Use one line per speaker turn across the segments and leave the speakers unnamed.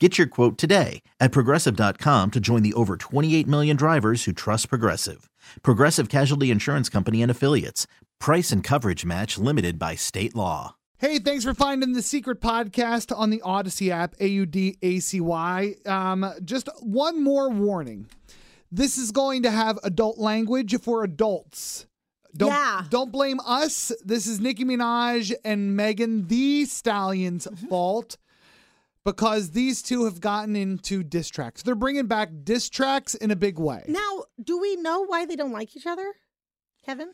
Get your quote today at progressive.com to join the over 28 million drivers who trust Progressive. Progressive Casualty Insurance Company and Affiliates. Price and coverage match limited by state law.
Hey, thanks for finding the secret podcast on the Odyssey app, A U D A C Y. Um, just one more warning this is going to have adult language for adults. Don't,
Yeah.
don't blame us. This is Nicki Minaj and Megan the Stallion's fault because these two have gotten into diss tracks. They're bringing back diss tracks in a big way.
Now, do we know why they don't like each other, Kevin?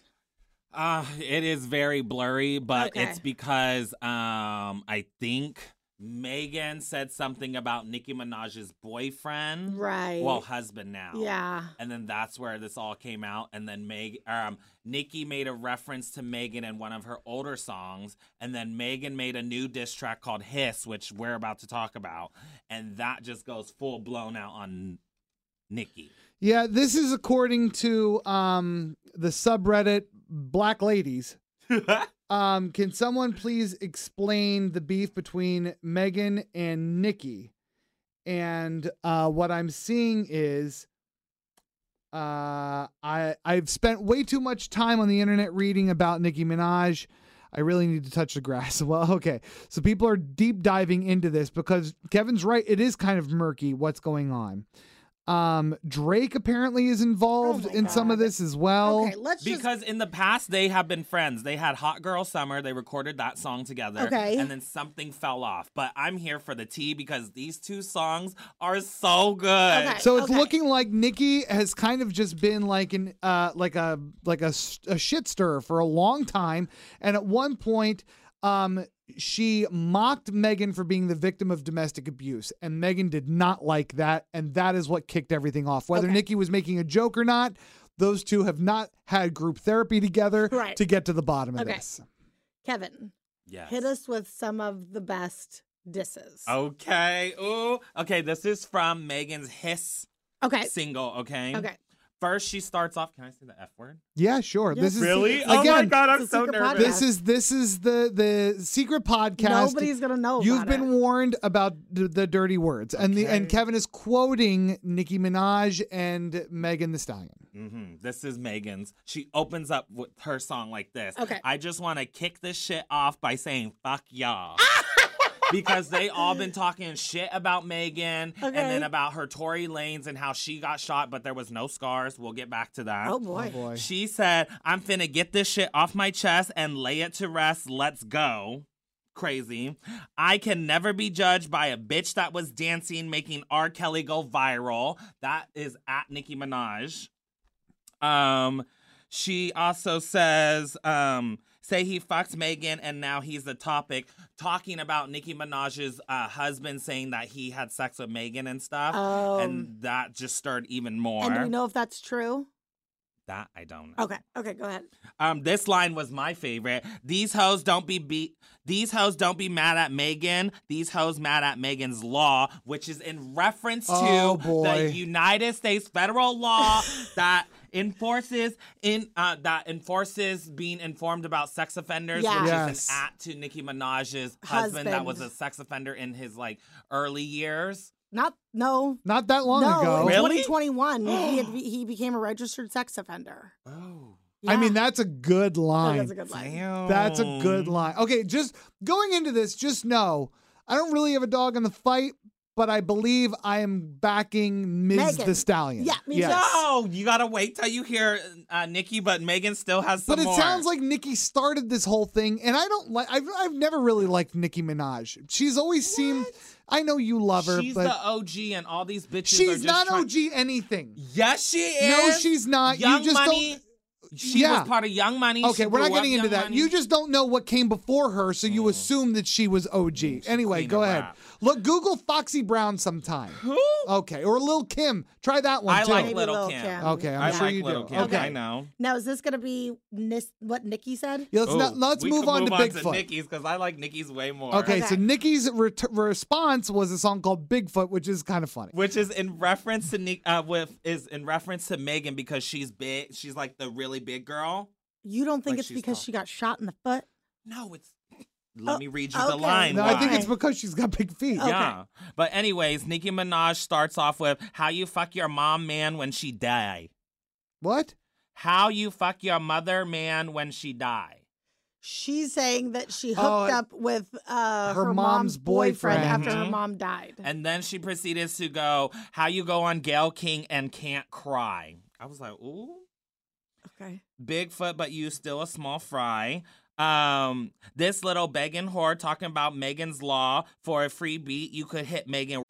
Uh, it is very blurry, but
Okay.
it's because um I think Megan said something about Nicki Minaj's boyfriend.
Right.
Well, husband now.
Yeah.
And then that's where this all came out. And then Meg um Nicki made a reference to Megan in one of her older songs. And then Megan made a new diss track called Hiss, which we're about to talk about. And that just goes full blown out on Nicki.
Yeah, this is according to um, the subreddit Black Ladies. um, can someone please explain the beef between Megan and Nikki? And uh, what I'm seeing is uh, I I've spent way too much time on the internet reading about Nicki Minaj. I really need to touch the grass. Well, okay. So people are deep diving into this because Kevin's right. It is kind of murky what's going on. Um, Drake apparently is involved
Oh my
in some of
God.
this as well.
okay, let's just.
Because in the past they have been friends. They had Hot Girl Summer. They recorded that song together.
Okay.
And then something fell off. But I'm here for the tea because these two songs are so good.
Okay.
So it's looking like Nikki has kind of just been like an uh, like a like a, s- a shit stirrer for a long time, and at one point, um, she mocked Megan for being the victim of domestic abuse, and Megan did not like that, and that is what kicked everything off. Whether
Okay.
Nikki was making a joke or not, those two have not had group therapy together
Right.
to get to the bottom of
Okay.
this.
Kevin,
Yes. Oh,
hit us with some of the best disses.
Okay. Ooh. Okay. This is from Megan's Hiss
okay.
single. Okay.
Okay.
First, she starts off. Can I say the F word?
Yeah, sure.
Yes,
This is
Really?
secret-
Oh my
Again,
God. I'm
it's a
so
secret
nervous.
This is this is the the secret podcast.
Nobody's gonna know
You've
about
been
Oh, it.
warned about the, the dirty words, and the and Kevin is quoting Nicki Minaj and Megan The Stallion.
Oh,
hmm This is Megan's. She opens up with her song like this.
Okay.
I just want to kick this shit off by saying fuck y'all. because they all been talking shit about Megan and then
Okay.
about her Tory Lanes and how she got shot, but there was no scars. We'll get back to that.
Oh boy.
Boy,
She said, I'm finna get this shit off my chest and lay it to rest. Let's go. Crazy. I can never be judged by a bitch that was dancing, making R. Kelly go viral. That is at Nicki Minaj. Um, she also says, um, say he fucked Megan and now he's the topic, talking about Nicki Minaj's uh, husband saying that he had sex with Megan and stuff.
Um,
and that just stirred even more.
and do we know if that's true?
that I don't know.
Okay. Okay. Go ahead.
Um, this line was my favorite. These hoes don't be beat. These hoes don't be mad at Megan. These hoes mad at Megan's law, which is in reference to
Oh, boy.
the United States federal law that enforces in uh, that enforces being informed about sex offenders,
Yeah.
which
Yes.
is an at to Nicki Minaj's husband, that was a
Husband.
sex offender in his like early years.
Not no.
not that long
no.
ago.
In
Really?
2021, he, had, he became a registered sex offender.
Oh,
I mean,
Yeah.
that's a good
Oh,
line.
that's a good line.
damn.
That's a
Oh.
good line. Okay, just going into this, just know I don't really have a dog in the fight, but I believe I am backing Ms.
Megan.
The Stallion.
Yeah, me too. Oh,
No, you gotta wait till you hear uh, Nikki, but Megan still has some
But it
more.
sounds like Nicki started this whole thing, and I don't like. I've I've never really liked Nicki Minaj. She's always seemed. I know you love her,
she's the
but
OG, and all these bitches. are
she's
just
not
trying-
OG anything.
Yes, she is.
No, she's not.
Young
you just
Money. She
Yeah.
was part of Young Money.
don't. Okay,
She
we're not
grew up
getting into
Young
that.
Money. Mm.
You just don't know what came before her, so you assume that she was OG. anyway,
queen
go
of
ahead.
rap.
Look, Google Foxy Brown sometime.
Who?
Okay, or Lil Kim. Try that one
I
too.
like
Maybe
Little
Lil'
Kim.
Kim.
Okay, I'm
I
sure
like
you
Little
do.
Kim.
Okay.
I know.
Now, is this going to be nis- what Nikki said?
Yeah, let's
Ooh,
not, let's
we
move
could
on
move
to
on
Bigfoot.
to Nikki's because I like Nikki's way more.
Okay, so
Okay.
Nikki's ret- response was a song called Bigfoot, which is kind of funny.
Which is in reference to Nick, uh, with is in reference to Megan because she's big. She's like the really big girl.
You don't think
Like
it's
she's
because
tall.
she got shot in the foot?
No, it's. Let
Oh,
me read you the
okay.
line.
No, I think
why.
it's because she's got big feet.
Okay.
Yeah. But anyways, Nicki Minaj starts off with how you fuck your mom man when she die.
What?
How you fuck your mother man when she die.
She's saying that she hooked
Oh,
up with uh,
her
her,
mom's
mom's boyfriend,
boyfriend.
after
Mhm.
her mom died.
And then she proceeded to go, how you go on Gail King and can't cry. I was like, ooh.
okay.
Bigfoot, but you still a small fry. Um, this little begging whore talking about Megan's Law for a free beat. You could hit Megan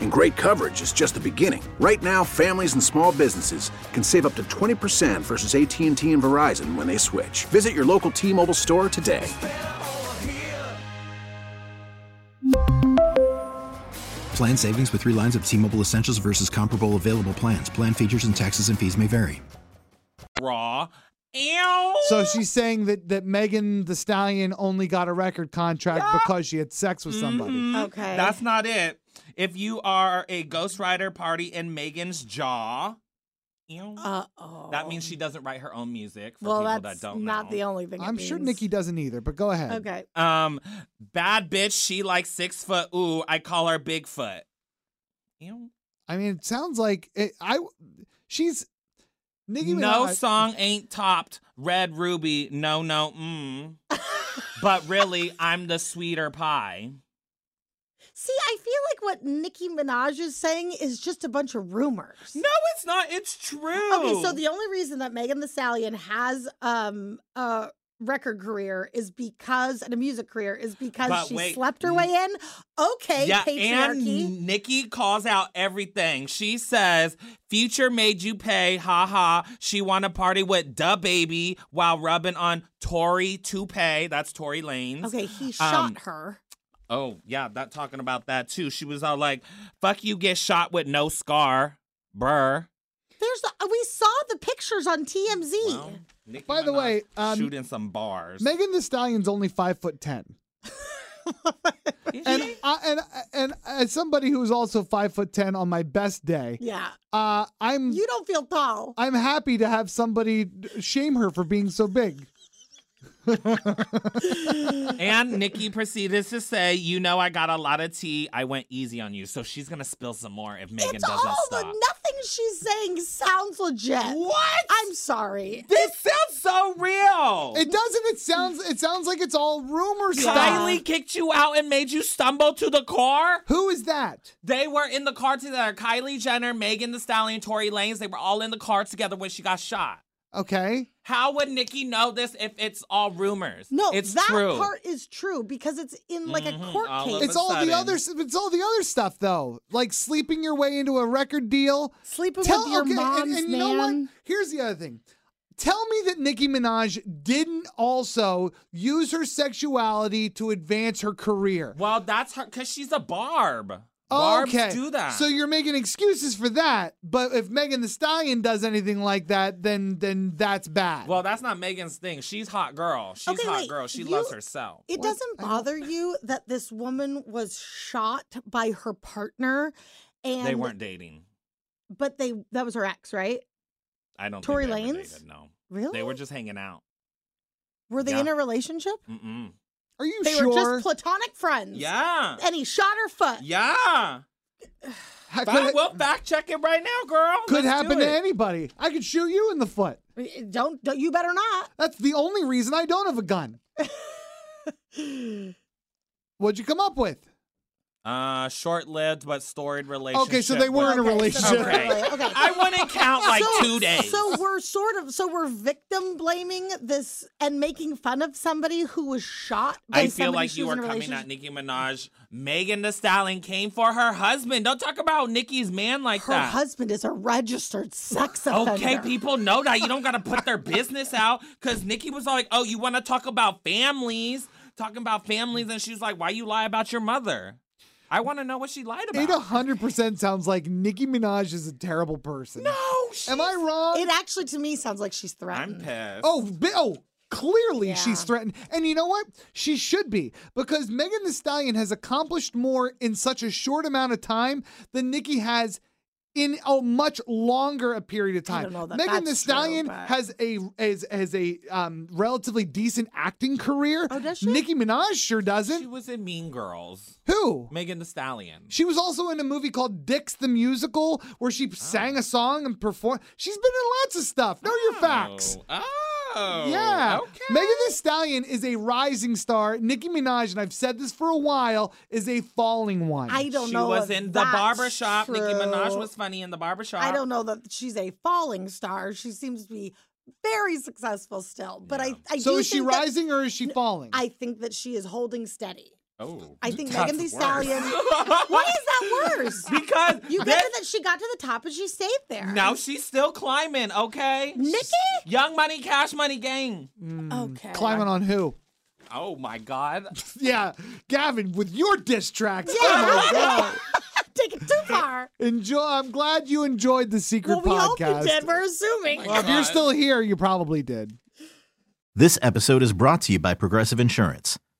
And great coverage is just the beginning. Right now, families and small businesses can save up to 20% versus AT&T and Verizon when they switch. Visit your local T-Mobile store today.
Plan savings with three lines of T Mobile Essentials versus comparable available plans. Plan features and taxes and fees may vary.
Raw. Ew.
So she's saying that that Megan the Stallion only got a record contract because she had sex with somebody.
Mm-hmm.
Okay.
That's not it. If you are a Ghost Rider party in Megan's jaw, ew,
Uh oh.
that means she doesn't write her own music for
well,
people
that's
that don't
not the
know.
only thing. it
I'm sure
means.
Nikki doesn't either, but go ahead.
Okay.
um, bad bitch, she like six foot. Ooh, I call her Bigfoot. Ew.
I mean, it sounds like it, I. She's Nicki
No
Minaj-
song ain't topped Red Ruby, no, no, mm. but really, I'm the sweeter pie.
See, I feel like what Nicki Minaj is saying is just a bunch of rumors.
No, it's not. It's true.
Okay, so the only reason that Megan the Stallion has um a record career is because and a music career is because
But
she
wait,
slept her way in. Okay,
yeah,
patriarchy.
and Nikki calls out everything. She says, "Future made you pay, ha ha." She want to party with the baby while rubbing on Tory Toupee. That's Tory Lanez.
okay, he
um,
shot her.
Oh yeah, that talking about that too. She was all like, "Fuck you, get shot with no scar, brr."
There's the, uh, we saw the pictures on TMZ.
Well, Nicki
By the
Minaj
way, um,
shooting some bars.
Megan the Stallion's only five foot ten. And I, and and as somebody who's also five foot ten on my best day,
yeah,
uh,
Hmm.
I'm
you don't feel tall.
I'm happy to have somebody shame her for being so big.
and Nikki proceeded to say, "You know, I got a lot of tea. I went easy on you, so she's gonna spill some more if Megan
it's all
doesn't
the
stop."
nothing she's saying sounds legit.
What?
I'm sorry.
This sounds so real.
It doesn't. It sounds. It sounds like it's all rumor stuff.
Kylie kicked you out and made you stumble to the car.
Who is that?
They were in the car together. Kylie Jenner, Megan the Stallion, Tory Lanez. They were all in the car together when she got shot.
Okay.
How would Nikki know this if it's all rumors?
No,
it's
that
true.
part is true because it's in like
Mhm,
a court
all
case.
of a
It's all
sudden.
the other. It's all the other stuff though, like sleeping your way into a record deal.
Sleeping
Tell
with your
okay,
mom's
and, and you
man.
know what? Here's the other thing. Tell me that Nicki Minaj didn't also use her sexuality to advance her career.
well, that's her because she's a barb. Barbs
okay.
do that.
So you're making excuses for that, but if Megan the Stallion does anything like that, then then that's bad.
well, that's not Megan's thing. She's hot girl. She's
Okay,
hot
wait,
girl. She
you-
loves herself.
It
What?
doesn't
I don't-
bother you that this woman was shot by her partner and
they weren't dating.
but they that was her ex, right?
I don't.
Tory
think they ever
Lanez?
dated, no,
Really?
they were just hanging out.
Were they in
yeah.
a relationship?
Mm-mm.
Are you
They
sure?
were just platonic friends.
Yeah.
And he shot her foot.
Yeah.
I
Fact-
could,
we'll fact check it right now, girl.
could
Let's do
happen to
it.
anybody. I could shoot you in the foot.
Eh, Don't, don't you better not.
That's the only reason I don't have a gun. What'd you come up with?
Uh, short-lived but storied relationship.
Okay, so they were in a
Okay, so-
relationship.
Okay.
Okay.
I wouldn't count like
so,
two days.
So we're sort of so we're victim blaming this and making fun of somebody who was shot. By
I feel
somebody
like
she
you
was
are
in a
coming at
relationship-
Nicki Minaj. Megan the Stallion came for her husband. Don't talk about Nicki's man like
Her
that.
husband is a registered sex offender.
Okay, people know that. You don't gotta put their business out. Cause Nikki was like, Oh, you wanna talk about families? Talking about families, and she's like, Why you lie about your mother? I wanna know what she lied
It
about.
100% sounds like Nicki Minaj is a terrible person.
No, she
Am I wrong?
It actually to me sounds like she's
I'm
threatened.
pissed.
Oh, bi- oh, clearly she's
Yeah.
threatened. And you know what? She should be because Megan Thee Stallion has accomplished more in such a short amount of time than Nikki has in a much longer a period of time.
don't know that
Megan Thee
that's true,
Stallion
but-
has a has, has a um, relatively decent acting career.
Oh, does she?
Nicki Minaj sure
she
doesn't.
was in Mean Girls.
Who?
Megan the Stallion.
She was also in a movie called Dicks the Musical, where she
Oh.
sang a song and performed. She's been in lots of stuff. Know your facts.
Oh. oh,
Yeah.
Okay.
Megan Thee Stallion is a rising star. Nicki Minaj, and I've said this for a while, is a falling one.
I don't
she
know.
was
if
in the
that's
barbershop. Nicki Minaj
true.
was funny in the barbershop.
I don't know that she's a falling star. She seems to be very successful still. But
Yeah.
I, I
so
do
is she
think that-
rising or is she falling?
I think that she is holding steady.
Oh,
I think
that's
Megan Thee
worse.
Stallion. Why is that worse?
because
You get
this-
it that she got to the top and she stayed there.
Now she's still climbing, okay?
Nikki?
Young Money, Cash Money Gang.
Mm.
Okay.
Climbing on who?
Oh my God.
Yeah, Gavin, with your diss tracks. Oh
Yeah. Take it too far.
Enjoy. I'm glad you enjoyed the secret
Well, we hope
podcast.
you did. We're assuming.
Oh my
Well, if you're
God.
still here, you probably did.
This episode is brought to you by Progressive Insurance.